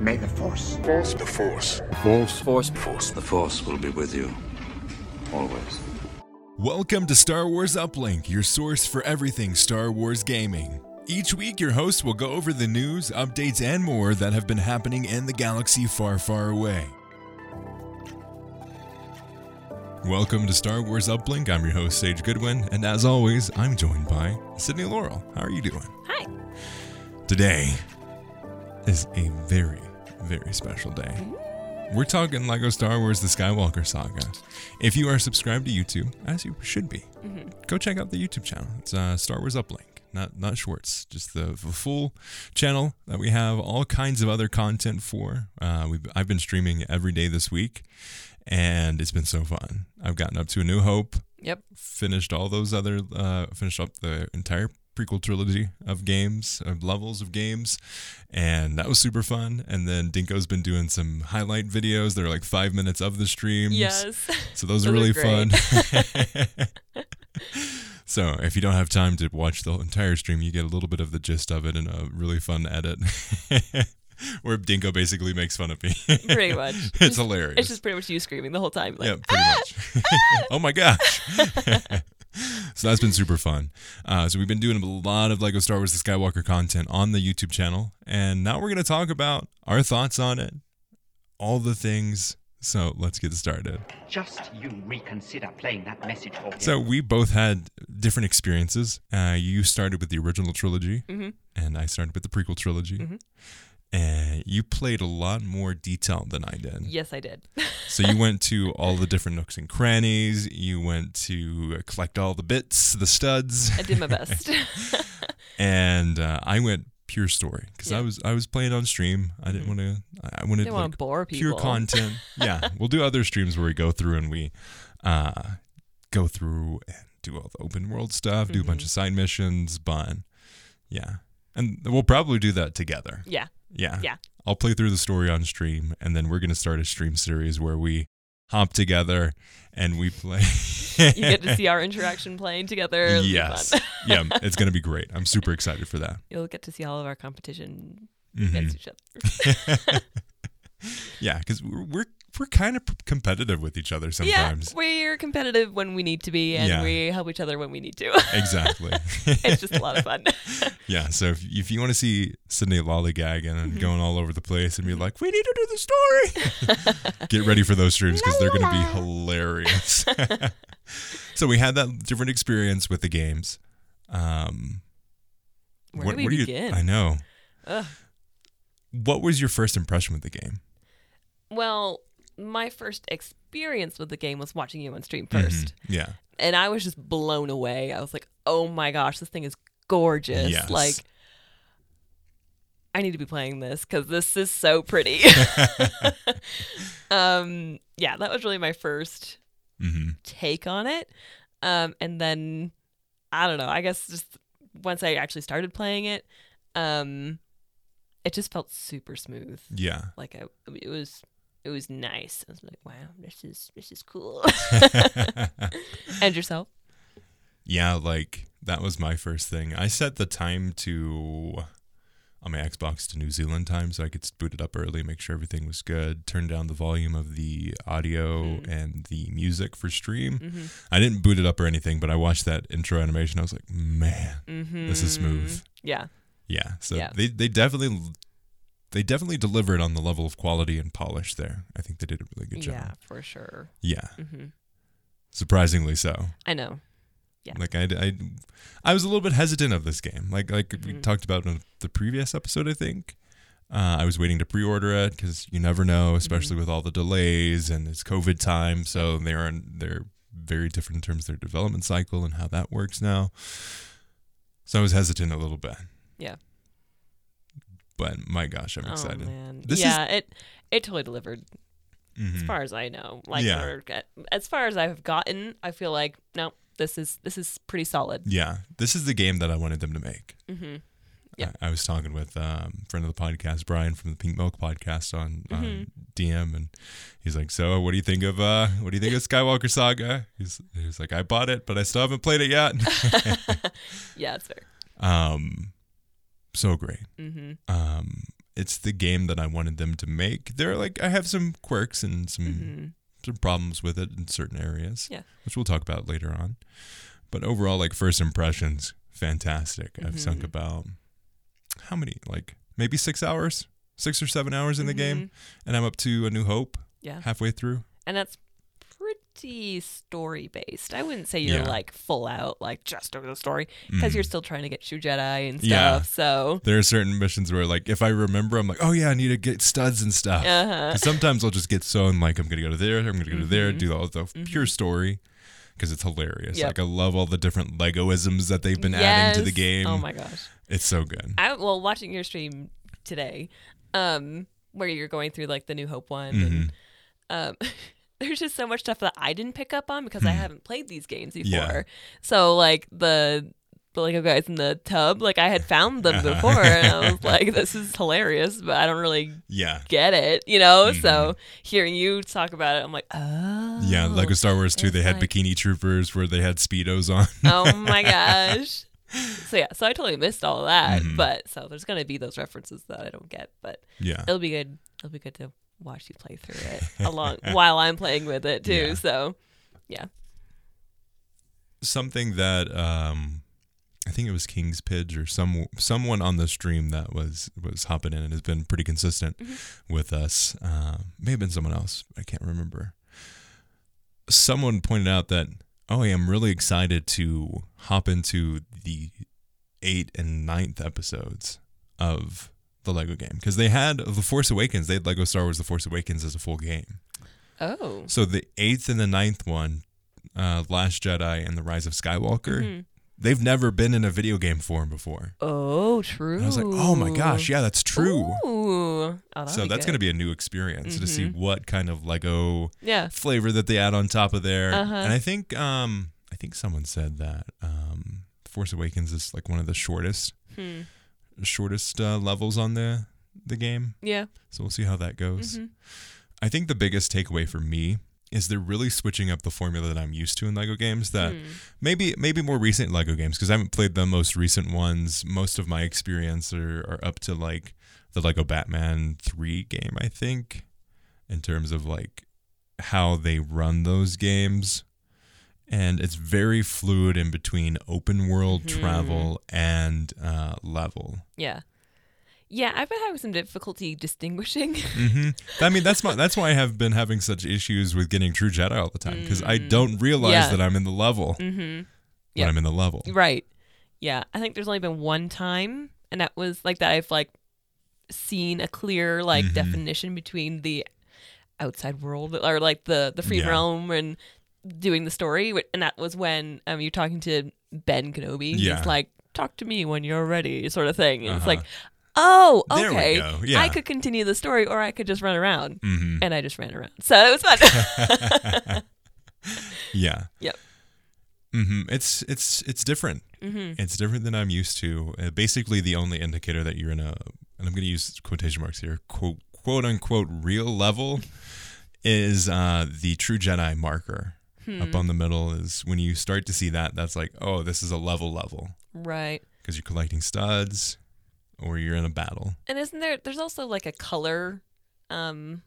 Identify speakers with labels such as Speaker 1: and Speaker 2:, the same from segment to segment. Speaker 1: May the force.
Speaker 2: Force. The Force.
Speaker 3: Force.
Speaker 4: Force. Force. The Force will be with you. Always.
Speaker 5: Welcome to Star Wars Uplink, your source for everything Star Wars gaming. Each week, your hosts will go over the news, updates, and more that have been happening in the galaxy far, far away. Welcome to Star Wars Uplink. I'm your host, Sage Goodwin, and as always, I'm joined by Sydney Laurel. How are you doing?
Speaker 6: Hi.
Speaker 5: Today is a very, very special day. We're talking LEGO Star Wars The Skywalker Saga. If you are subscribed to YouTube, as you should be, go check out the YouTube channel. It's uh, Star Wars Uplink, not not Schwartz, just the, the full channel that we have all kinds of other content for. Uh, we've, I've been streaming every day this week, and it's been so fun. I've gotten up to A New Hope,
Speaker 6: Yep.
Speaker 5: finished all those other uh, finished up the entire prequel trilogy of games of levels of games and that was super fun and then dinko's been doing some highlight videos that are like five minutes of the streams
Speaker 6: Yes.
Speaker 5: so those, are
Speaker 6: Those are
Speaker 5: really
Speaker 6: great.
Speaker 5: fun so if you don't have time to watch the entire stream you get a little bit of the gist of it in a really fun edit where dinko basically makes fun of me
Speaker 6: Pretty much.
Speaker 5: it's hilarious
Speaker 6: It's just pretty much you screaming the whole time. Like, "Ah!"
Speaker 5: yeah, pretty much. oh my gosh. so that's been super fun. Uh, so we've been doing a lot of Lego Star Wars The Skywalker content on the YouTube channel. And now we're going to talk about our thoughts on it, all the things. So let's get started.
Speaker 1: Just you reconsider playing that message for him.
Speaker 5: So we both had different experiences. Uh, you started with the original trilogy,
Speaker 6: Mm-hmm.
Speaker 5: and I started with the prequel trilogy. And you played a lot more detail than I did.
Speaker 6: yes, I did.
Speaker 5: So you went to all the different nooks and crannies. You went to collect all the bits, the studs,
Speaker 6: I did my best.
Speaker 5: and uh, I went pure story because I
Speaker 6: Yeah. Mm-hmm.
Speaker 5: was I was playing on stream. I didn't want to. I wanted
Speaker 6: Didn't wanna
Speaker 5: like,
Speaker 6: bore
Speaker 5: pure
Speaker 6: people.
Speaker 5: content. yeah, we'll do other streams where we go through and we uh, go through and do all the open world stuff, do a
Speaker 6: Mm-hmm.
Speaker 5: bunch of side missions, but yeah, and we'll probably do that together.
Speaker 6: yeah.
Speaker 5: Yeah.
Speaker 6: Yeah.
Speaker 5: I'll play through the story on stream, and then we're going to start a stream series where we hop together and we play.
Speaker 6: You get to see our interaction playing together. It'll be
Speaker 5: yes.
Speaker 6: fun.
Speaker 5: yeah, it's going to be great. I'm super excited for that.
Speaker 6: You'll get to see all of our competition
Speaker 5: Mhm.
Speaker 6: against each other.
Speaker 5: Yeah, because we're, we're, we're kind of competitive with each other sometimes.
Speaker 6: Yeah. We're competitive when we need to be, and
Speaker 5: Yeah.
Speaker 6: we help each other when we need to.
Speaker 5: Exactly.
Speaker 6: it's just a lot of fun.
Speaker 5: yeah. So if, if you want to see Sydney lollygagging
Speaker 6: Mm-hmm.
Speaker 5: and going all over the place and be like, we need to do the story, get ready for those streams because they're going to be hilarious. so we had that different experience with the games. Um,
Speaker 6: Where do we
Speaker 5: you-
Speaker 6: begin?
Speaker 5: I know.
Speaker 6: Ugh.
Speaker 5: What was your first impression with the game?
Speaker 6: Well, my first experience with the game was watching you on stream 1st
Speaker 5: Mm-hmm. Yeah.
Speaker 6: and I was just blown away. I was like, "Oh my gosh, this thing is gorgeous!"
Speaker 5: Yes.
Speaker 6: Like, I need to be playing this because this is so pretty. um, yeah, that was really my first
Speaker 5: hmm
Speaker 6: take on it. Um, and then I don't know. I guess just once I actually started playing it, um, it just felt super smooth.
Speaker 5: Yeah.
Speaker 6: Like I, it was, it was nice. I was like, "Wow, this is this is cool."
Speaker 5: Mm-hmm.
Speaker 6: and yourself.
Speaker 5: Yeah. Like that was my first thing. I set the time to on my Xbox to New Zealand time so I could boot it up early, make sure everything was good, turn down the volume of the audio
Speaker 6: Mm-hmm.
Speaker 5: and the music for stream. I didn't boot it up or anything, but I watched that intro animation. I was like, man, this is smooth.
Speaker 6: Mm-hmm. Yeah.
Speaker 5: Yeah. So
Speaker 6: Mm. Yeah.
Speaker 5: they they definitely they definitely delivered on the level of quality and polish there. I think they did a really good job.
Speaker 6: Yeah, Mm-hmm. for sure.
Speaker 5: Yeah. Surprisingly so.
Speaker 6: I know. Yeah.
Speaker 5: Like I, I, I was a little bit hesitant of this game. Like like we
Speaker 6: Mm-hmm.
Speaker 5: talked about in the previous episode, I think. Uh, I was waiting to pre-order it because you never know, especially
Speaker 6: Mm-hmm.
Speaker 5: with all the delays and it's COVID time. So they're in, they're very different in terms of their development cycle and how that works now. So I was hesitant a little bit,
Speaker 6: Yeah.
Speaker 5: but my gosh, I'm excited.
Speaker 6: Oh man.
Speaker 5: This
Speaker 6: yeah, it it totally delivered as
Speaker 5: Mhm.
Speaker 6: far as I know. Like
Speaker 5: Yeah.
Speaker 6: or, as far as I've gotten, I feel like no, this is this is pretty solid.
Speaker 5: Yeah, this is the game that I wanted them to make.
Speaker 6: Mhm. Yeah.
Speaker 5: I, I was talking with um, friend of the podcast, Brian from the Pink Milk podcast on um, DM, and he's like, "So, what do you think of uh, what do you think of Skywalker Saga?" He's, he was like, "I bought it, but I still haven't played it yet."
Speaker 6: Yeah, it's fair.
Speaker 5: um, so great.
Speaker 6: Mhm.
Speaker 5: Um, it's the game that I wanted them to make. There are like I have some quirks and some some problems with it in certain areas.
Speaker 6: Mm-hmm. Yeah.
Speaker 5: Which we'll talk about later on. But overall, like first impressions, fantastic.
Speaker 6: Mm-hmm.
Speaker 5: I've sunk about how many? Like maybe six hours, six or seven hours in the game. And I'm up to a new hope
Speaker 6: Mm-hmm. Yeah.
Speaker 5: halfway through.
Speaker 6: and that's pretty story based. I wouldn't say you're
Speaker 5: Yeah. Mm-hmm.
Speaker 6: like full out like just over the story because you're still trying to get Shu Jedi and stuff.
Speaker 5: Yeah.
Speaker 6: So
Speaker 5: There are certain missions where like if I remember, I'm like, oh yeah, I need to get studs and stuff.
Speaker 6: Uh-huh.
Speaker 5: 'Cause Sometimes I'll just get so I'm like, I'm gonna go to there, I'm gonna go to there, do all the pure story because it's hilarious.
Speaker 6: Mm-hmm. Yep.
Speaker 5: Like I love all the different Legoisms that they've been adding to the
Speaker 6: Yes.
Speaker 5: game.
Speaker 6: Oh my gosh.
Speaker 5: It's so good.
Speaker 6: I well watching your stream today, um, where you're going through like the New Hope one. And,
Speaker 5: Mm-hmm.
Speaker 6: um, there's just so much stuff that I didn't pick up on because I haven't played these games before.
Speaker 5: Hmm. Yeah.
Speaker 6: So like the the Lego guys in the tub, like I had found them
Speaker 5: Uh-huh.
Speaker 6: before, and I was like, this is hilarious, but I don't really
Speaker 5: Yeah.
Speaker 6: get it, you know. So hearing you talk about it, I'm like, oh,
Speaker 5: Mm-hmm. Yeah, Lego Star Wars 2,
Speaker 6: it's
Speaker 5: they had
Speaker 6: like-
Speaker 5: bikini troopers where they had Speedos on.
Speaker 6: oh my gosh. So yeah, so I totally missed all of that,
Speaker 5: Mm-hmm.
Speaker 6: but so there's gonna be those references that I don't get, but
Speaker 5: yeah.
Speaker 6: it'll be good. It'll be good to watch you play through it along while I'm playing with it too.
Speaker 5: Yeah.
Speaker 6: So yeah,
Speaker 5: Something that um I think it was King's Pidge or some someone on the stream that was was hopping in and has been pretty consistent with us. Uh, may have been someone else, I can't remember. Someone pointed out that oh, yeah, I'm really excited to hop into the eight and ninth episodes of the Lego game because they had the Force Awakens. They had Lego Star Wars: The Force Awakens as a full game.
Speaker 6: oh
Speaker 5: So the eighth and the ninth one, uh, Last Jedi and the Rise of Skywalker, they've never been in a video game form before.
Speaker 6: oh true.
Speaker 5: And I was like, oh my gosh, yeah, that's true.
Speaker 6: Ooh. Oh,
Speaker 5: so that's going to be a new experience to see what kind of Lego
Speaker 6: yeah.
Speaker 5: flavor that they add on top of there. And I think, um, I think someone said that um, Force Awakens is like one of the shortest, shortest uh, levels on the the game.
Speaker 6: Yeah.
Speaker 5: So we'll see how that goes. I think the biggest takeaway for me is they're really switching up the formula that I'm used to in Lego games that maybe maybe more recent Lego games because I haven't played the most recent ones. Most of my experience are, are up to like the Lego Batman 3 game, I think, in terms of like how they run those games. And it's very fluid in between open world travel and uh, level.
Speaker 6: Yeah. Yeah, I've been having some difficulty distinguishing.
Speaker 5: Mm-hmm. I mean, that's my that's why I have been having such issues with getting True Jedi all the time because I don't realize
Speaker 6: Mm. Yeah. Mm,
Speaker 5: that I'm in the level
Speaker 6: Yeah.
Speaker 5: when I'm in the level.
Speaker 6: Right. Yeah. I think there's only been one time, and that was like that I've like seen a clear like
Speaker 5: Mm-hmm.
Speaker 6: definition between the outside world or like the the free
Speaker 5: Yeah.
Speaker 6: realm and doing the story, wh- and that was when um you're talking to Ben Kenobi.
Speaker 5: Yeah.
Speaker 6: He's like, "Talk to me when you're ready," sort of thing. And it's
Speaker 5: Uh-huh.
Speaker 6: like. Oh,
Speaker 5: There we
Speaker 6: okay.
Speaker 5: go. Yeah.
Speaker 6: I could continue the story, or I could just run around,
Speaker 5: Mhm.
Speaker 6: and I just ran around. So it was fun.
Speaker 5: Yeah.
Speaker 6: Yep.
Speaker 5: hmm It's it's it's different.
Speaker 6: Mm-hmm.
Speaker 5: It's different than I'm used to. Uh, basically, the only indicator that you're in a and I'm going to use quotation marks here quote quote unquote real level is uh, the true Jedi marker.
Speaker 6: Hmm.
Speaker 5: Up on the middle is when you start to see that. That's like, oh, this is a level level.
Speaker 6: right.
Speaker 5: because you're collecting studs or you're in a battle.
Speaker 6: And isn't there? There's also like a color, um,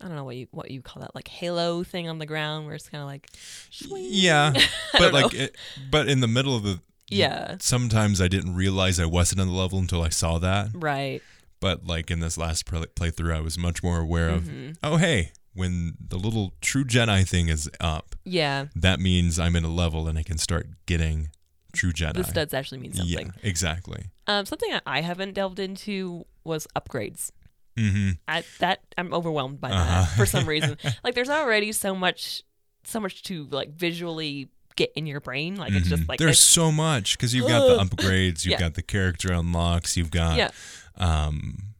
Speaker 6: I don't know what you what you call that, like halo thing on the ground where it's kind of like,
Speaker 5: Yeah, but
Speaker 6: don't
Speaker 5: like,
Speaker 6: know.
Speaker 5: it, but in the middle of the
Speaker 6: yeah,
Speaker 5: sometimes I didn't realize I wasn't on the level until I saw that.
Speaker 6: right,
Speaker 5: But like in this last play- playthrough, I was much more aware of.
Speaker 6: Mm-hmm.
Speaker 5: Oh hey, when the little true Jedi thing is up,
Speaker 6: yeah.
Speaker 5: that means I'm in a level and I can start getting true Jedi.
Speaker 6: The studs actually mean
Speaker 5: yeah,
Speaker 6: something.
Speaker 5: exactly.
Speaker 6: Um, something that I haven't delved into was upgrades.
Speaker 5: hmm
Speaker 6: I, that I'm overwhelmed by that
Speaker 5: Uh-huh.
Speaker 6: for some reason. like, there's already so much, so much to like visually get in your brain. Like, it's just like
Speaker 5: mm-hmm. There's
Speaker 6: it's-
Speaker 5: so much because you've got the upgrades, you've
Speaker 6: Yeah.
Speaker 5: got the character unlocks, you've got
Speaker 6: Yeah.
Speaker 5: um,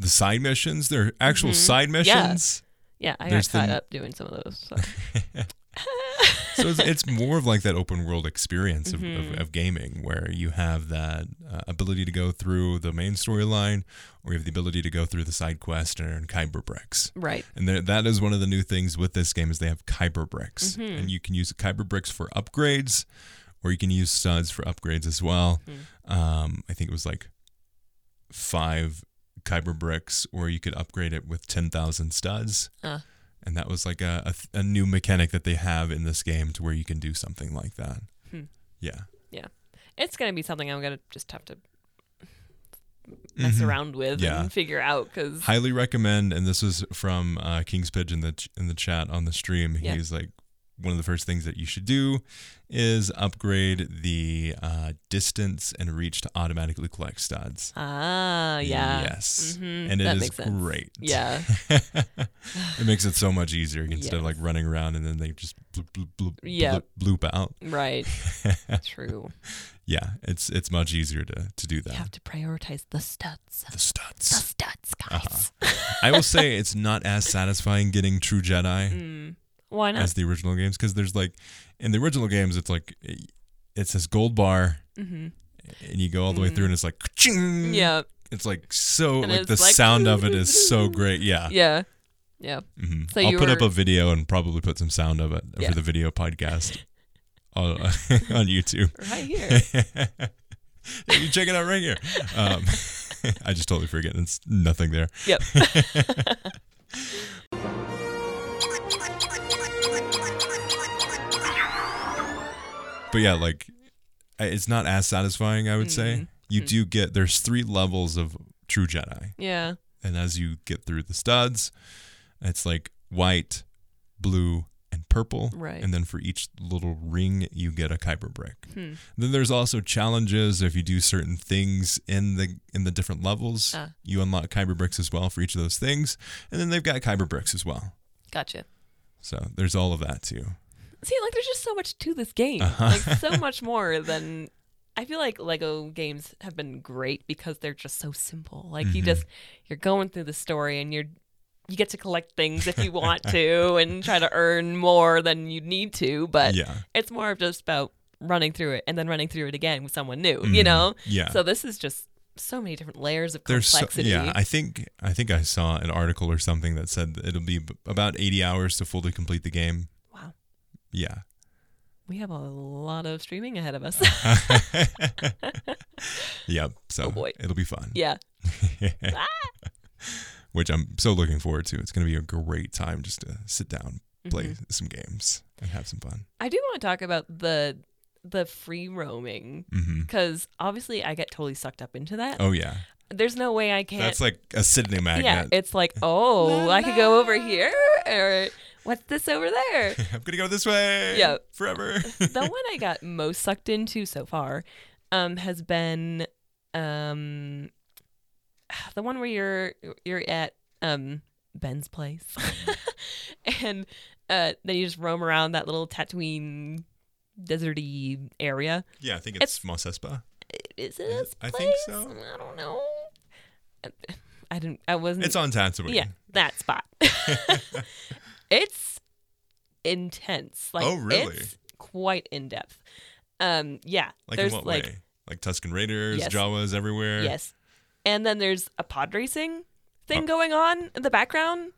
Speaker 5: the side missions. There are actual side missions.
Speaker 6: yeah. I got
Speaker 5: there's the-
Speaker 6: caught up doing some of those. So.
Speaker 5: So it's, it's more of like that open world experience of, of, of gaming where you have that uh, ability to go through the main storyline or you have the ability to go through the side quest and earn Kyber bricks.
Speaker 6: right.
Speaker 5: And there, that is one of the new things with this game is they have kyber bricks, and you can use kyber bricks for upgrades, or you can use studs for upgrades as well. Um, I think it was like five Kyber bricks, or you could upgrade it with 10,000 studs.
Speaker 6: Uh.
Speaker 5: And that was like a, a, th- a new mechanic that they have in this game to where you can do something like that. Yeah.
Speaker 6: Yeah. It's going to be something I'm going to just have to mess around with
Speaker 5: Mm-hmm. Yeah.
Speaker 6: and figure out because
Speaker 5: Highly recommend. And this was from uh, King's Pidge in the, ch- in the chat on the stream.
Speaker 6: Yeah.
Speaker 5: He's like, one of the first things that you should do is upgrade the uh, distance and reach to automatically collect studs.
Speaker 6: ah yeah
Speaker 5: Yes.
Speaker 6: Mhm.
Speaker 5: And it is
Speaker 6: that makes sense.
Speaker 5: great.
Speaker 6: yeah
Speaker 5: it makes it so much easier instead of like
Speaker 6: Yes.
Speaker 5: running around and then they just bloop, bloop, bloop,
Speaker 6: Yeah.
Speaker 5: bloop, bloop out.
Speaker 6: right true
Speaker 5: Yeah, it's it's much easier to, to do that.
Speaker 6: you have to prioritize the studs
Speaker 5: The
Speaker 6: the
Speaker 5: studs.
Speaker 6: studs
Speaker 5: Uh-huh.
Speaker 6: guys
Speaker 5: I will say it's not as satisfying getting True Jedi
Speaker 6: why not
Speaker 5: as the original games because there's like in the original games it's like it's this gold bar and you go all the way through and it's like ka-ching.
Speaker 6: Mm-hmm. yeah
Speaker 5: it's like so
Speaker 6: And
Speaker 5: like the
Speaker 6: it's like-
Speaker 5: sound of it is so great yeah,
Speaker 6: yeah yeah
Speaker 5: Mhm.
Speaker 6: So
Speaker 5: I'll
Speaker 6: you
Speaker 5: put up
Speaker 6: were-
Speaker 5: a video and probably put some sound of it
Speaker 6: Yeah.
Speaker 5: for the video podcast on, on YouTube
Speaker 6: right here
Speaker 5: you check it out right here um, I just totally forget it's nothing there
Speaker 6: yep
Speaker 5: but yeah, like I- it's not as satisfying. I would
Speaker 6: Mm-hmm.
Speaker 5: say you do get there's three levels of true Jedi,
Speaker 6: yeah
Speaker 5: and as you get through the studs, it's like white, blue, and purple,
Speaker 6: Right.
Speaker 5: And then for each little ring, you get a kyber brick.
Speaker 6: Hmm.
Speaker 5: Then there's also challenges. If you do certain things in the in the different levels,
Speaker 6: Ah.
Speaker 5: you unlock kyber bricks as well for each of those things, and then they've got kyber bricks as well.
Speaker 6: gotcha
Speaker 5: So there's all of that too.
Speaker 6: See, like there's just so much to this game.
Speaker 5: Uh-huh.
Speaker 6: Like so much more than I feel like Lego games have been great because they're just so simple. Like
Speaker 5: Mm-hmm.
Speaker 6: you just you're going through the story and you're you get to collect things if you want to and try to earn more than you need to, but
Speaker 5: Yeah.
Speaker 6: it's more of just about running through it and then running through it again with someone new, you know?
Speaker 5: Mm-hmm. Yeah.
Speaker 6: So this is just so many different layers of
Speaker 5: there's so,
Speaker 6: complexity.
Speaker 5: yeah i think i think i saw an article or something that said that it'll be b- about 80 hours to fully complete the game
Speaker 6: wow.
Speaker 5: yeah
Speaker 6: We have a lot of streaming ahead of us.
Speaker 5: Uh-huh. yep so
Speaker 6: Oh, boy.
Speaker 5: it'll be fun
Speaker 6: yeah. Ah.
Speaker 5: which i'm so looking forward to it's going to be a great time just to sit down
Speaker 6: Mm-hmm.
Speaker 5: play some games and have some fun
Speaker 6: I do want to talk about the the free roaming
Speaker 5: hmm
Speaker 6: because obviously I get totally sucked up into that.
Speaker 5: oh yeah
Speaker 6: There's no way I can't.
Speaker 5: that's like a sydney
Speaker 6: yeah,
Speaker 5: magnet
Speaker 6: it's like oh, I could go over here or what's this over there.
Speaker 5: i'm gonna go this way
Speaker 6: Yeah.
Speaker 5: forever
Speaker 6: the one I got most sucked into so far um, has been um, the one where you're you're at um, Ben's place, and uh, then you just roam around that little Tatooine deserty area.
Speaker 5: yeah i think it's,
Speaker 6: It's-
Speaker 5: it's mosespa
Speaker 6: Is it
Speaker 5: Is
Speaker 6: his
Speaker 5: it- I
Speaker 6: place?
Speaker 5: think so.
Speaker 6: I don't know. I didn't. I wasn't.
Speaker 5: it's on tatooine
Speaker 6: Mm. Yeah, that spot. it's intense. Like,
Speaker 5: Oh, really?
Speaker 6: It's quite in depth. Um, yeah.
Speaker 5: like
Speaker 6: there's
Speaker 5: in what
Speaker 6: like
Speaker 5: way like tuscan raiders
Speaker 6: Yes.
Speaker 5: jawas everywhere
Speaker 6: yes, and then there's a pod racing thing going on in the background.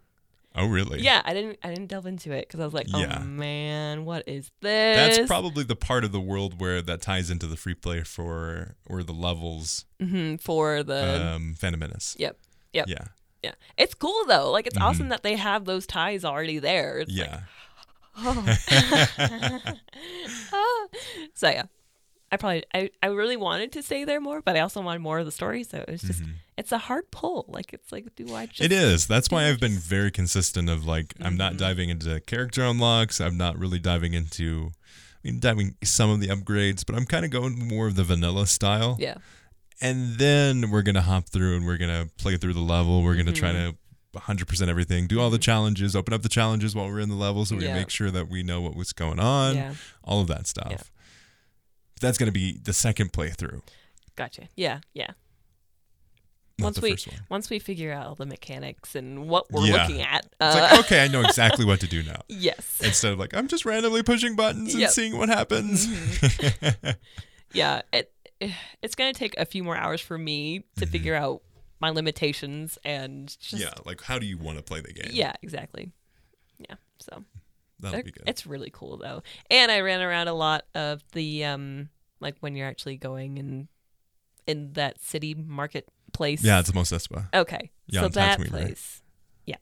Speaker 5: oh really
Speaker 6: Yeah, I didn't. I didn't delve into it because I was like, oh
Speaker 5: Yeah.
Speaker 6: man, what is this?
Speaker 5: That's probably the part of the world where that ties into the free play for or the levels
Speaker 6: Mhm, for the.
Speaker 5: um Phantom Menace.
Speaker 6: yep. Yep.
Speaker 5: Yeah.
Speaker 6: Yeah. It's cool though. Like it's
Speaker 5: Mm-hmm.
Speaker 6: awesome that they have those ties already there. It's like, oh.
Speaker 5: Yeah.
Speaker 6: ah. So yeah. I probably I, I really wanted to stay there more, but I also wanted more of the story, so it's just it's a hard pull. Like it's like do I just
Speaker 5: Mm-hmm. It is. That's why I've been very consistent of like I'm not
Speaker 6: Mm-hmm.
Speaker 5: diving into character unlocks, I'm not really diving into I mean diving some of the upgrades, but I'm kind of going more of the vanilla style.
Speaker 6: Yeah.
Speaker 5: And then we're going to hop through and we're going to play through the level. We're going to try
Speaker 6: Mm-hmm.
Speaker 5: to 100% everything, do all the challenges, open up the challenges while we're in the level so we
Speaker 6: Yeah.
Speaker 5: make sure that we know what was going on.
Speaker 6: Yeah.
Speaker 5: all of that stuff.
Speaker 6: Yeah.
Speaker 5: That's going to be the second playthrough.
Speaker 6: Gotcha. Yeah, yeah.
Speaker 5: Not
Speaker 6: once
Speaker 5: the
Speaker 6: we
Speaker 5: first one.
Speaker 6: once we figure out all the mechanics and what we're
Speaker 5: Yeah.
Speaker 6: looking at.
Speaker 5: It's
Speaker 6: Uh,
Speaker 5: like, okay, I know exactly what to do now.
Speaker 6: yes.
Speaker 5: Instead of like, I'm just randomly pushing buttons and
Speaker 6: Yep. Mm-hmm.
Speaker 5: seeing what happens.
Speaker 6: Yeah. It it's gonna take a few more hours for me to figure out my limitations and just
Speaker 5: Mm-hmm. yeah, like how do you want to play the game?
Speaker 6: Yeah, exactly. Yeah. So
Speaker 5: that'll
Speaker 6: they're-
Speaker 5: be good.
Speaker 6: it's really cool though. And I ran around a lot of the um like when you're actually going and in that city market place.
Speaker 5: Yeah, it's Mos Espa.
Speaker 6: Okay.
Speaker 5: Yeah,
Speaker 6: so
Speaker 5: on Tatooine,
Speaker 6: that
Speaker 5: right? Mm-hmm.
Speaker 6: place. Yeah.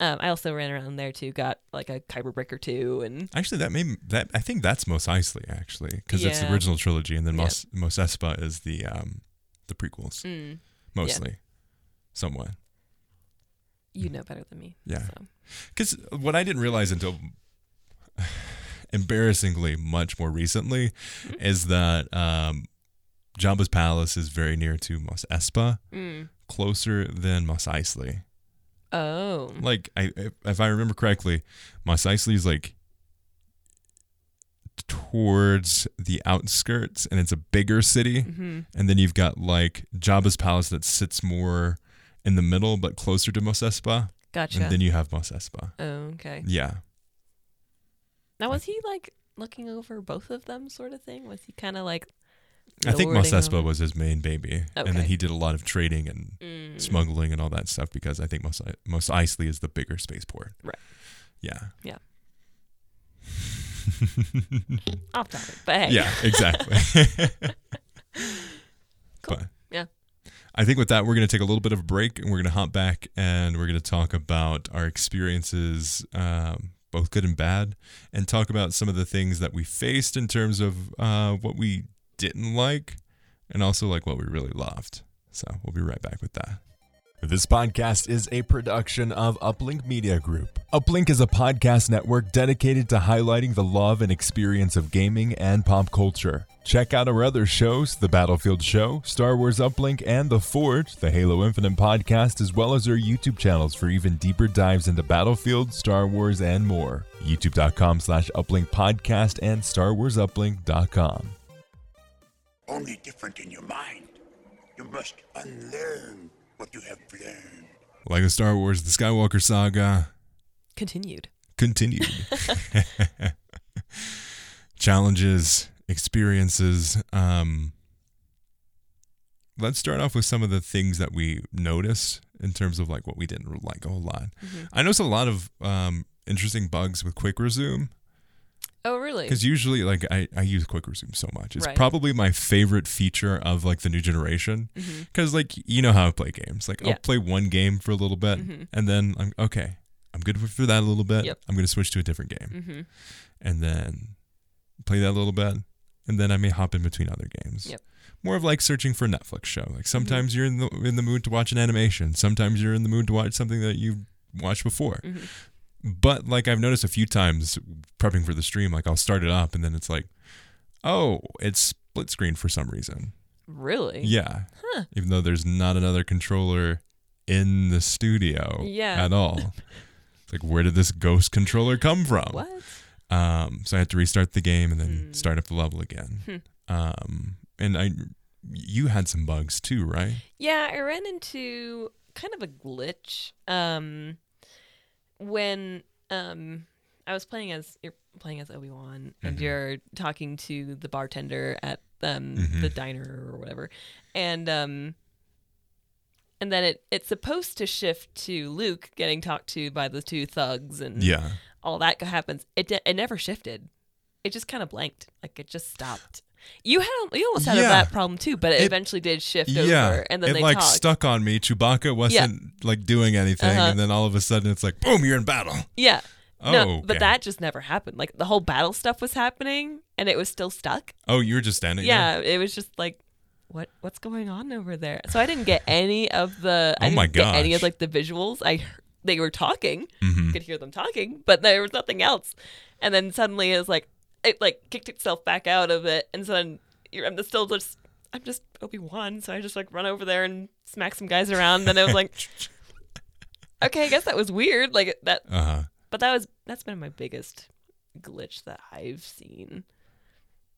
Speaker 6: Um, I also ran around there too, got like a kyber brick or two, and
Speaker 5: Actually, that may that I think that's Mos Eisley actually because it's the
Speaker 6: Yeah.
Speaker 5: original trilogy, and then
Speaker 6: Yeah.
Speaker 5: Mos Mos Espa is the um the prequels
Speaker 6: Mm.
Speaker 5: mostly, somewhat.
Speaker 6: you know better than me.
Speaker 5: Mm-hmm. Yeah.
Speaker 6: So.
Speaker 5: Because what I didn't realize until embarrassingly much more recently is that um, Jabba's palace is very near to Mos Espa, closer than Mos Eisley.
Speaker 6: Oh.
Speaker 5: Like, I if- if I remember correctly, Mos Eisley is like towards the outskirts, and it's a bigger city. And then you've got like Jabba's palace that sits more in the middle, but closer to Mos Espa.
Speaker 6: Gotcha.
Speaker 5: And then Mm-hmm. you have Mos Espa.
Speaker 6: oh, okay.
Speaker 5: Yeah.
Speaker 6: Now was he like looking over both of them, sort of thing? Was he kind of like?
Speaker 5: I think Mos
Speaker 6: lording
Speaker 5: Espa
Speaker 6: over-
Speaker 5: was his main baby, and then
Speaker 6: Okay. Mm.
Speaker 5: he did a lot of trading and smuggling and all that stuff because I think Mos Mos Eisley is the bigger spaceport.
Speaker 6: Right.
Speaker 5: Yeah.
Speaker 6: Yeah. Off topic, but hey.
Speaker 5: Yeah. Exactly.
Speaker 6: Cool.
Speaker 5: But
Speaker 6: Yeah.
Speaker 5: I think with that, we're going to take a little bit of a break, and we're going to hop back, and we're going to talk about our experiences, um, both good and bad, and talk about some of the things that we faced in terms of uh, what we didn't like, and also like what we really loved. So we'll be right back with that. This podcast is a production of Uplink Media Group. Uplink is a podcast network dedicated to highlighting the love and experience of gaming and pop culture. Check out our other shows, The Battlefield Show, Star Wars Uplink, and The Forge, the Halo Infinite podcast, as well as our YouTube channels for even deeper dives into Battlefield, Star Wars, and more. YouTube.com slash Uplink Podcast and StarWarsUplink.com.
Speaker 2: only different in your mind. You must unlearn what you have learned.
Speaker 5: Lego Star Wars, The Skywalker Saga,
Speaker 6: Continued.
Speaker 5: continued. Challenges, experiences. Um, let's start off with some of the things that we noticed in terms of like what we didn't like a whole lot. I noticed a lot of um, interesting bugs with quick resume
Speaker 6: Oh, really?
Speaker 5: because usually like I, I use quick resume so much it's
Speaker 6: Right.
Speaker 5: probably my favorite feature of like the new generation because like you know how i play games like i'll
Speaker 6: Mm-hmm. Yeah. Mm-hmm.
Speaker 5: play one game for a little bit and then i'm okay i'm good for that a little bit
Speaker 6: Yep. Mm-hmm.
Speaker 5: i'm going to switch to a different game and then play that a little bit and then i may hop in between other games
Speaker 6: Yep. Mm-hmm.
Speaker 5: more of like searching for a netflix show like sometimes you're in the, in the mood to watch an animation sometimes you're in the mood to watch something that you've watched before
Speaker 6: Mm-hmm.
Speaker 5: but like I've noticed a few times prepping for the stream, like I'll start it up and then it's like, oh, it's split screen for some reason.
Speaker 6: Really?
Speaker 5: Yeah. Even though there's not another controller in the studio
Speaker 6: Yeah.
Speaker 5: at all. it's like, where did this ghost controller come from?
Speaker 6: What? Hmm.
Speaker 5: Um, so I had to restart the game and then start up the level again. Um, and I, you had some bugs too, right?
Speaker 6: Yeah, I ran into kind of a glitch um, when um, I was playing as you're playing as Obi Wan and you're talking to the bartender at um, the diner or whatever, and um, and then it it's supposed to shift to Luke getting talked to by the two thugs and
Speaker 5: Yeah.
Speaker 6: all that happens. It de- it never shifted. It just kind of blanked, like it just stopped. You had you almost had
Speaker 5: Yeah.
Speaker 6: that problem too, but it,
Speaker 5: It-
Speaker 6: eventually did shift over, and then
Speaker 5: it
Speaker 6: they
Speaker 5: like
Speaker 6: talked. Uh-huh.
Speaker 5: stuck on me. Chewbacca wasn't like doing anything, and then all of a sudden it's like, boom, you're in battle.
Speaker 6: yeah,
Speaker 5: Oh,
Speaker 6: no, but
Speaker 5: okay.
Speaker 6: that just never happened. Like the whole battle stuff was happening, and it was still stuck.
Speaker 5: Oh, you were just standing. there?
Speaker 6: Yeah, it was just like, what what's going on over there? So I didn't get any of the. I
Speaker 5: Oh my
Speaker 6: didn't get any
Speaker 5: gosh. Mm-hmm.
Speaker 6: of like the visuals. I he- they were talking, could hear them talking, but there was nothing else. And then suddenly it was like it like kicked itself back out of it, and so then you're, I'm just still just. I'm just Obi Wan, so I just like run over there and smack some guys around. Then I was like, okay, I guess that was weird. Like that
Speaker 5: Uh huh.
Speaker 6: but that was that's been my biggest glitch that I've seen.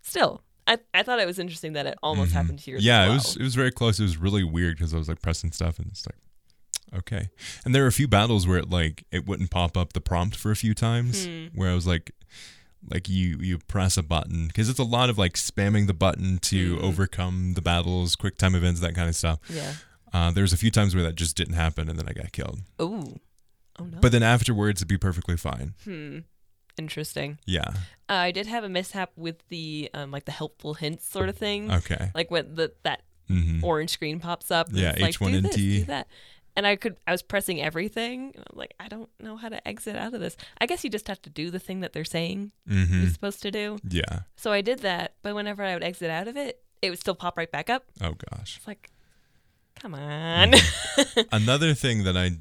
Speaker 6: Still, I I thought it was interesting that it almost happened here. as
Speaker 5: Mm-hmm. Yeah, it
Speaker 6: well.
Speaker 5: was it was very close. It was really weird because I was like pressing stuff, and it's like, okay. And there were a few battles where it like it wouldn't pop up the prompt for a few times,
Speaker 6: Hmm.
Speaker 5: where I was like. Like you, you press a button because it's a lot of like spamming the button to overcome the battles, quick time events, that kind of stuff.
Speaker 6: Hmm. Yeah.
Speaker 5: Uh, there was a few times where that just didn't happen, and then I got killed.
Speaker 6: Oh. Oh no.
Speaker 5: But then afterwards, it'd be perfectly fine.
Speaker 6: interesting.
Speaker 5: Yeah.
Speaker 6: Uh, I did have a mishap with the um like the helpful hints sort of thing.
Speaker 5: Okay. Mm-hmm.
Speaker 6: Like when the that orange screen pops up. and
Speaker 5: Yeah,
Speaker 6: it's like, do
Speaker 5: H1NT.
Speaker 6: this, do that. And I could, I was pressing everything. And I'm like, I don't know how to exit out of this. I guess you just have to do the thing that they're saying you're
Speaker 5: Mm.
Speaker 6: supposed to do.
Speaker 5: Mm-hmm. Yeah.
Speaker 6: So I did that, but whenever I would exit out of it, it would still pop right back up.
Speaker 5: Oh gosh.
Speaker 6: It's like, come on.
Speaker 5: Another thing that I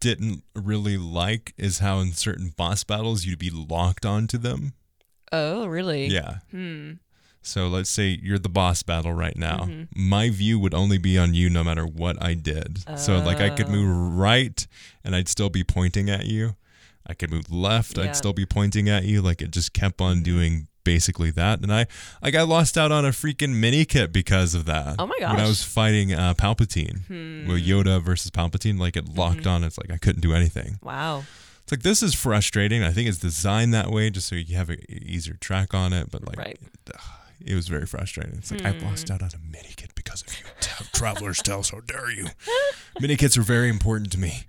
Speaker 5: didn't really like is how in certain boss battles you'd be locked onto them.
Speaker 6: oh, really?
Speaker 5: Yeah. Hmm. So let's say you're the boss battle right now.
Speaker 6: Mm-hmm.
Speaker 5: My view would only be on you no matter what I did. So like I could
Speaker 6: Oh.
Speaker 5: move right and I'd still be pointing at you. I could move left,
Speaker 6: Yeah. Mm-hmm.
Speaker 5: I'd still be pointing at you. Like it just kept on doing basically that. And I I got lost out on a freaking mini kit because of that.
Speaker 6: Oh my
Speaker 5: When I
Speaker 6: gosh. Hmm.
Speaker 5: was fighting uh, Palpatine. Well Yoda versus Palpatine, like it locked
Speaker 6: Mm-hmm.
Speaker 5: on. It's like I couldn't do anything.
Speaker 6: Wow.
Speaker 5: It's like this is frustrating. I think it's designed that way just so you have an easier track on it. But like,
Speaker 6: Right. Hmm.
Speaker 5: it, it was very frustrating. It's like I lost out on a mini kit because of you. T- Traveler's tales, how dare you? Mini kits are very important to me.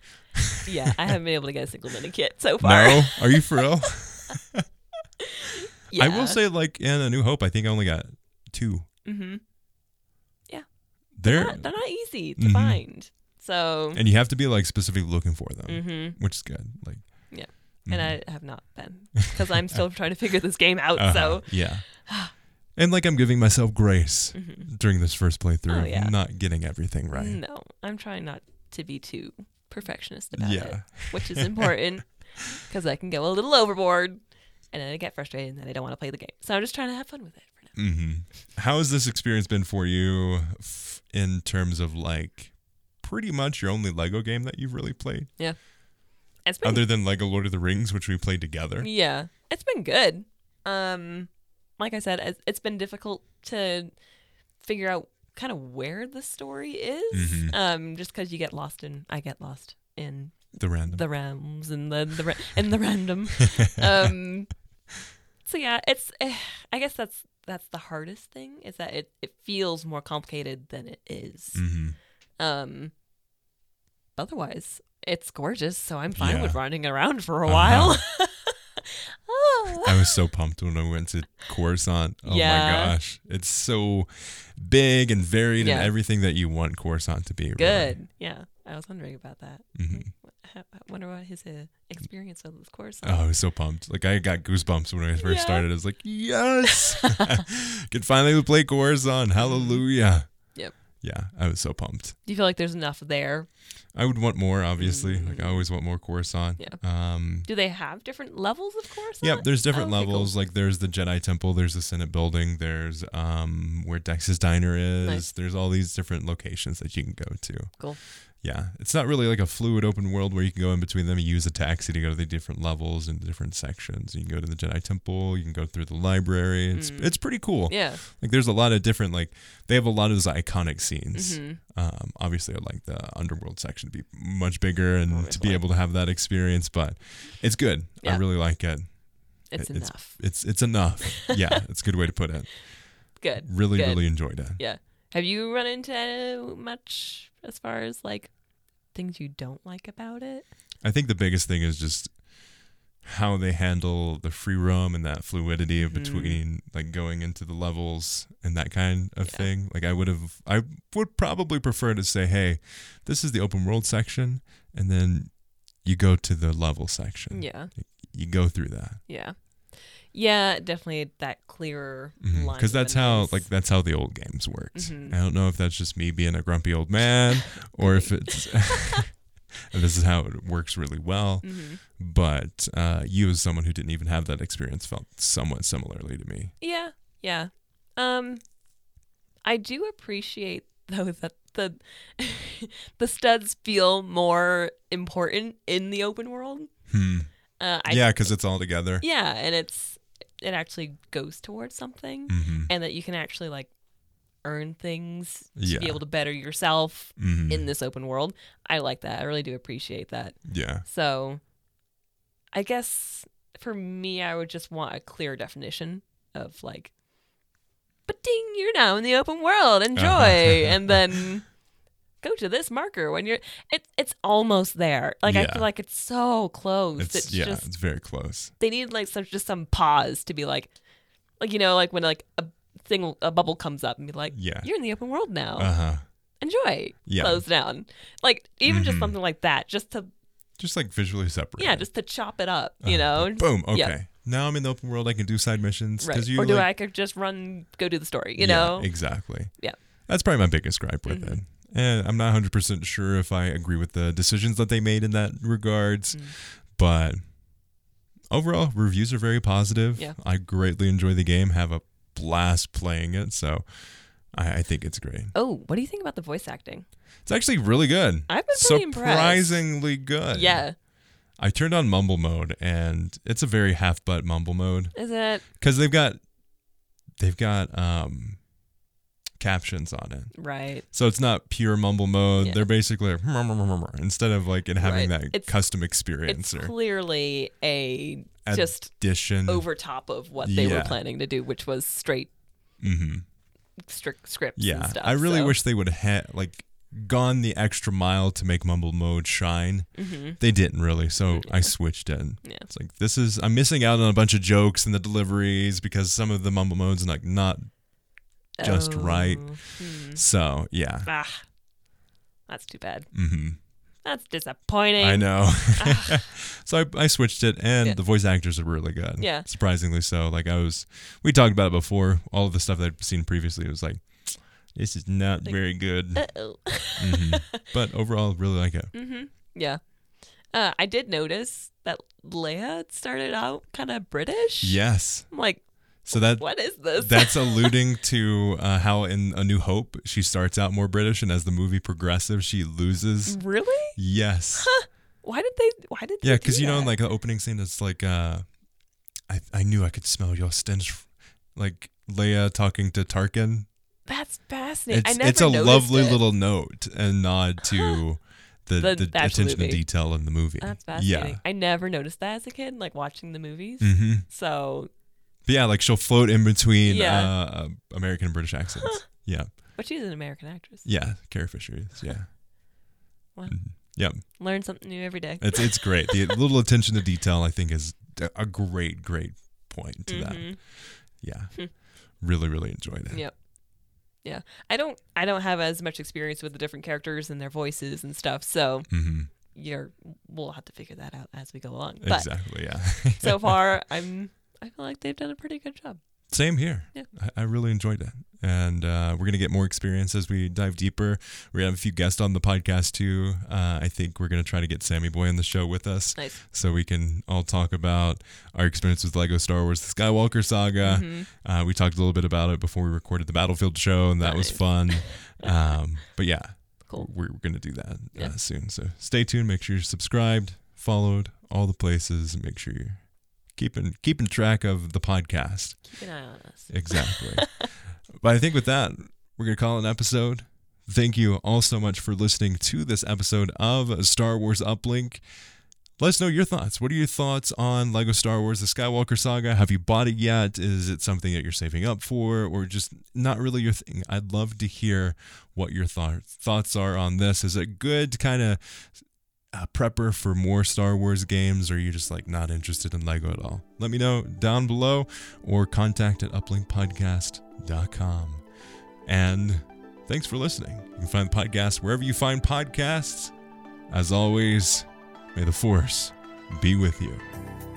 Speaker 6: Yeah, I haven't been able to get a single mini kit so far.
Speaker 5: No, are you for real?
Speaker 6: Yeah.
Speaker 5: I will say, like in A New Hope, I think I only got two. Mm-hmm.
Speaker 6: Yeah.
Speaker 5: They're
Speaker 6: not- they're not easy to
Speaker 5: Mm-hmm.
Speaker 6: find. So
Speaker 5: and you have to be like specifically looking for them,
Speaker 6: Mm-hmm.
Speaker 5: which is good. Like,
Speaker 6: yeah,
Speaker 5: Mm-hmm.
Speaker 6: and I have not been because I'm still trying to figure this game out.
Speaker 5: Uh-huh.
Speaker 6: So
Speaker 5: yeah. And like I'm giving myself grace during this first playthrough,
Speaker 6: Mm-hmm. Oh,
Speaker 5: of
Speaker 6: yeah.
Speaker 5: not getting everything right.
Speaker 6: no, I'm trying not to be too perfectionist about it,
Speaker 5: Yeah.
Speaker 6: which is important because I can go a little overboard and then I get frustrated and then I don't want to play the game. So I'm just trying to have fun with it for now.
Speaker 5: Mm-hmm. How has this experience been for you f- in terms of like pretty much your only Lego game that you've really played,
Speaker 6: Yeah, it's been
Speaker 5: other than Lego Lord of the Rings, which we played together?
Speaker 6: Yeah, it's been good. Um, like I said, it's- it's been difficult to figure out kind of where the story is. Um, just because you get lost in, I get lost in
Speaker 5: The random.
Speaker 6: the realms and the the ra- and the random. um, so yeah, it's. eh, I guess that's that's the hardest thing is that it it feels more complicated than it is.
Speaker 5: Mm-hmm.
Speaker 6: Um, otherwise, it's gorgeous, so I'm fine with
Speaker 5: Yeah.
Speaker 6: running around for a
Speaker 5: Uh-huh.
Speaker 6: while. oh,
Speaker 5: I was so pumped when I went to Coruscant. Oh
Speaker 6: Yeah.
Speaker 5: my gosh. It's so big and varied
Speaker 6: Yeah.
Speaker 5: and everything that you want Coruscant to be. really.
Speaker 6: good. Yeah, I was wondering about that.
Speaker 5: Mhm.
Speaker 6: I I wonder what his uh, experience was with Coruscant.
Speaker 5: Oh, I was so pumped. Like I got goosebumps when I first
Speaker 6: Yeah.
Speaker 5: started. I was like, yes. Could finally play Coruscant. Hallelujah.
Speaker 6: Mm-hmm. Yep.
Speaker 5: Yeah, I was so pumped.
Speaker 6: Do you feel like there's enough there?
Speaker 5: I would want more, obviously. Like I always want more Coruscant.
Speaker 6: Mm-hmm. Yeah.
Speaker 5: Um
Speaker 6: Do they have different levels of Coruscant? Oh,
Speaker 5: Yep, there's different
Speaker 6: Okay, cool.
Speaker 5: levels. Like there's the Jedi Temple, there's the Senate building, there's um where Dex's diner is.
Speaker 6: Nice.
Speaker 5: There's all these different locations that you can go to.
Speaker 6: Cool.
Speaker 5: Yeah. It's not really like a fluid open world where you can go in between them and use a taxi to go to the different levels and different sections. You can go to the Jedi Temple, you can go through the library. It's it's pretty cool.
Speaker 6: Mm. Yeah.
Speaker 5: Like there's a lot of different like they have a lot of those iconic scenes.
Speaker 6: Mm-hmm.
Speaker 5: Um, obviously, I'd like the underworld section to be much bigger and to be able to have that experience, but it's good. I
Speaker 6: Yeah.
Speaker 5: really like it.
Speaker 6: It's
Speaker 5: It-
Speaker 6: enough.
Speaker 5: It's it's enough. yeah, it's a good way to put it.
Speaker 6: Good.
Speaker 5: Really,
Speaker 6: Good.
Speaker 5: really enjoyed it.
Speaker 6: Yeah. Have you run into much as far as like things you don't like about it?
Speaker 5: I think the biggest thing is just how they handle the free roam and that fluidity of between like going into the levels and that kind of thing. Like I would have I would probably prefer to say, "Hey, this is the open world section and then you go to the level section."
Speaker 6: Yeah.
Speaker 5: You go through that.
Speaker 6: Yeah. Yeah, definitely that clearer line.
Speaker 5: Cuz
Speaker 6: would've
Speaker 5: Mm-hmm. that's
Speaker 6: been
Speaker 5: how
Speaker 6: nice.
Speaker 5: like that's how the old games worked.
Speaker 6: Mm-hmm.
Speaker 5: I don't know if that's just me being a grumpy old man or if it's and this is how it works really well.
Speaker 6: Mm-hmm.
Speaker 5: But uh, you, as someone who didn't even have that experience, felt somewhat similarly to me.
Speaker 6: Yeah, yeah. Um, I do appreciate though that the the studs feel more important in the open world. Uh, I,
Speaker 5: Hmm. yeah, because it's all together.
Speaker 6: yeah, and it's it actually goes towards something,
Speaker 5: Mm-hmm.
Speaker 6: and that you can actually like earn things to
Speaker 5: Yeah.
Speaker 6: be able to better yourself
Speaker 5: Mm-hmm.
Speaker 6: in this open world. I like that. I really do appreciate that.
Speaker 5: Yeah.
Speaker 6: So I guess for me, I would just want a clear definition of like, but ding, you're now in the open world. Enjoy.
Speaker 5: Uh-huh.
Speaker 6: and then go to this marker when you're, it, it's almost there. Like, I
Speaker 5: Yeah.
Speaker 6: feel like it's so close.
Speaker 5: It's,
Speaker 6: It's,
Speaker 5: yeah,
Speaker 6: just,
Speaker 5: it's very close.
Speaker 6: they need like some, just some pause to be like, like, you know, like when like a thing, will- a bubble comes up and be like,
Speaker 5: Yeah.
Speaker 6: you're in the open world now.
Speaker 5: Uh huh.
Speaker 6: Enjoy.
Speaker 5: Yeah.
Speaker 6: Close down. Like even just
Speaker 5: Mhm.
Speaker 6: something like that, just to
Speaker 5: Just like visually separate.
Speaker 6: yeah,
Speaker 5: it.
Speaker 6: just to chop it up, you
Speaker 5: Uh,
Speaker 6: know.
Speaker 5: Boom. Okay.
Speaker 6: Yeah.
Speaker 5: Now I'm in the open world. I can do side missions. 'cause
Speaker 6: Right.
Speaker 5: You,
Speaker 6: or do
Speaker 5: like-
Speaker 6: I could just run, go do the story, you
Speaker 5: Yeah,
Speaker 6: know?
Speaker 5: Exactly.
Speaker 6: Yeah. Mm-hmm.
Speaker 5: That's probably my biggest gripe with it. And I'm not 100% sure if I agree with the decisions that they made in that regards,
Speaker 6: Mm.
Speaker 5: but overall reviews are very positive.
Speaker 6: Yeah.
Speaker 5: I greatly enjoy the game, have a blast playing it, so I, I think it's great.
Speaker 6: Oh, what do you think about the voice acting?
Speaker 5: It's actually really good.
Speaker 6: I've been pretty impressed.
Speaker 5: surprisingly good.
Speaker 6: yeah.
Speaker 5: I turned on mumble mode, and it's a very half butt mumble mode
Speaker 6: Is it
Speaker 5: because they've got they've got um captions on it.
Speaker 6: right?
Speaker 5: So it's not pure mumble mode.
Speaker 6: Yeah.
Speaker 5: They're basically like, "Hmm, instead of like it having
Speaker 6: Right.
Speaker 5: that
Speaker 6: It's-
Speaker 5: custom
Speaker 6: It's
Speaker 5: experience or
Speaker 6: clearly a just
Speaker 5: addition.
Speaker 6: over top of what they were
Speaker 5: Yeah.
Speaker 6: planning to do, which was straight
Speaker 5: hmm
Speaker 6: strict scripts. and
Speaker 5: Yeah,
Speaker 6: stuff,
Speaker 5: I really
Speaker 6: so-
Speaker 5: wish they would have like gone the extra mile to make mumble mode shine. They didn't really, so I switched it.
Speaker 6: Mm-hmm. Yeah.
Speaker 5: It's like this is I'm missing out on a bunch of jokes and the deliveries because some of the mumble modes like not just
Speaker 6: Oh, hmm.
Speaker 5: right. So yeah,
Speaker 6: Ah, that's too bad.
Speaker 5: hmm
Speaker 6: That's disappointing.
Speaker 5: I know. so I, I switched it, and
Speaker 6: Ah. Yeah.
Speaker 5: the voice actors are really good.
Speaker 6: Yeah.
Speaker 5: surprisingly so. Like I was, we talked about it before. All of the stuff that I'd seen previously was like, this is not very good.
Speaker 6: Uh-oh.
Speaker 5: but overall, really like it.
Speaker 6: Mm-hmm. yeah. Uh, I did notice that Leia started out kind of British.
Speaker 5: Yes.
Speaker 6: I'm like,
Speaker 5: So that
Speaker 6: what is this?
Speaker 5: that's alluding to uh, how in A New Hope she starts out more British, and as the movie progresses, she
Speaker 6: Mm.
Speaker 5: loses.
Speaker 6: really?
Speaker 5: Yes.
Speaker 6: Why did they? Why did? They
Speaker 5: Yeah,
Speaker 6: do
Speaker 5: because you know, in
Speaker 6: that?
Speaker 5: like the opening scene, it's like, uh, I I knew I could smell your stench, like Leia talking to Tarkin.
Speaker 6: that's fascinating.
Speaker 5: It's
Speaker 6: I never
Speaker 5: it's a
Speaker 6: noticed
Speaker 5: lovely
Speaker 6: it.
Speaker 5: little note and nod to the
Speaker 6: The
Speaker 5: the,
Speaker 6: actual
Speaker 5: attention to
Speaker 6: movie.
Speaker 5: detail in the movie.
Speaker 6: That's fascinating.
Speaker 5: Yeah.
Speaker 6: I never noticed that as a kid, like watching the movies.
Speaker 5: Mm-hmm.
Speaker 6: So,
Speaker 5: But yeah, like she'll float in between
Speaker 6: Yeah.
Speaker 5: uh, uh, American and British accents. yeah,
Speaker 6: but she's an American actress.
Speaker 5: yeah, Carrie Fisher is. Yeah,
Speaker 6: Wow.
Speaker 5: Mhm. yep.
Speaker 6: Learn something new every day.
Speaker 5: It's it's great. The little attention to detail, I think, is a great great point to
Speaker 6: Mm-hmm.
Speaker 5: that.
Speaker 6: Hmm.
Speaker 5: Yeah, really really enjoyed it.
Speaker 6: Yep. Yeah. I don't I don't have as much experience with the different characters and their voices and stuff, so
Speaker 5: Mm-hmm.
Speaker 6: you're we'll have to figure that out as we go along. But
Speaker 5: Exactly. Yeah.
Speaker 6: so far I'm I feel like they've done a pretty good job.
Speaker 5: Same here.
Speaker 6: Yeah.
Speaker 5: I, I really enjoyed it. And uh, we're going to get more experience as we dive deeper. We're going to have a few guests on the podcast too. Uh, I think we're going to try to get Sammy Boy on the show with us
Speaker 6: Nice.
Speaker 5: so we can all talk about our experience with Lego Star Wars The Skywalker Saga.
Speaker 6: Mm-hmm.
Speaker 5: Uh, we talked a little bit about it before we recorded the Battlefield show, and that was
Speaker 6: Nice.
Speaker 5: fun. um, but yeah,
Speaker 6: Cool.
Speaker 5: we're, we're going to do that
Speaker 6: Yeah.
Speaker 5: uh, soon. So stay tuned. Make sure you're subscribed, followed, all the places. Make sure you're keeping, keeping track of the podcast.
Speaker 6: Keep an eye on us.
Speaker 5: Exactly. but I think with that, we're going to call it an episode. Thank you all so much for listening to this episode of Star Wars Uplink. Let us know your thoughts. What are your thoughts on Lego Star Wars The Skywalker Saga? Have you bought it yet? Is it something that you're saving up for or just not really your thing? I'd love to hear what your thought, thoughts are on this. Is it good to kind of a prepper for more Star Wars games, or are you just like not interested in Lego at all? Let me know down below or contact at uplinkpodcast.com. And thanks for listening. You can find the podcast wherever you find podcasts. As always, may the force be with you.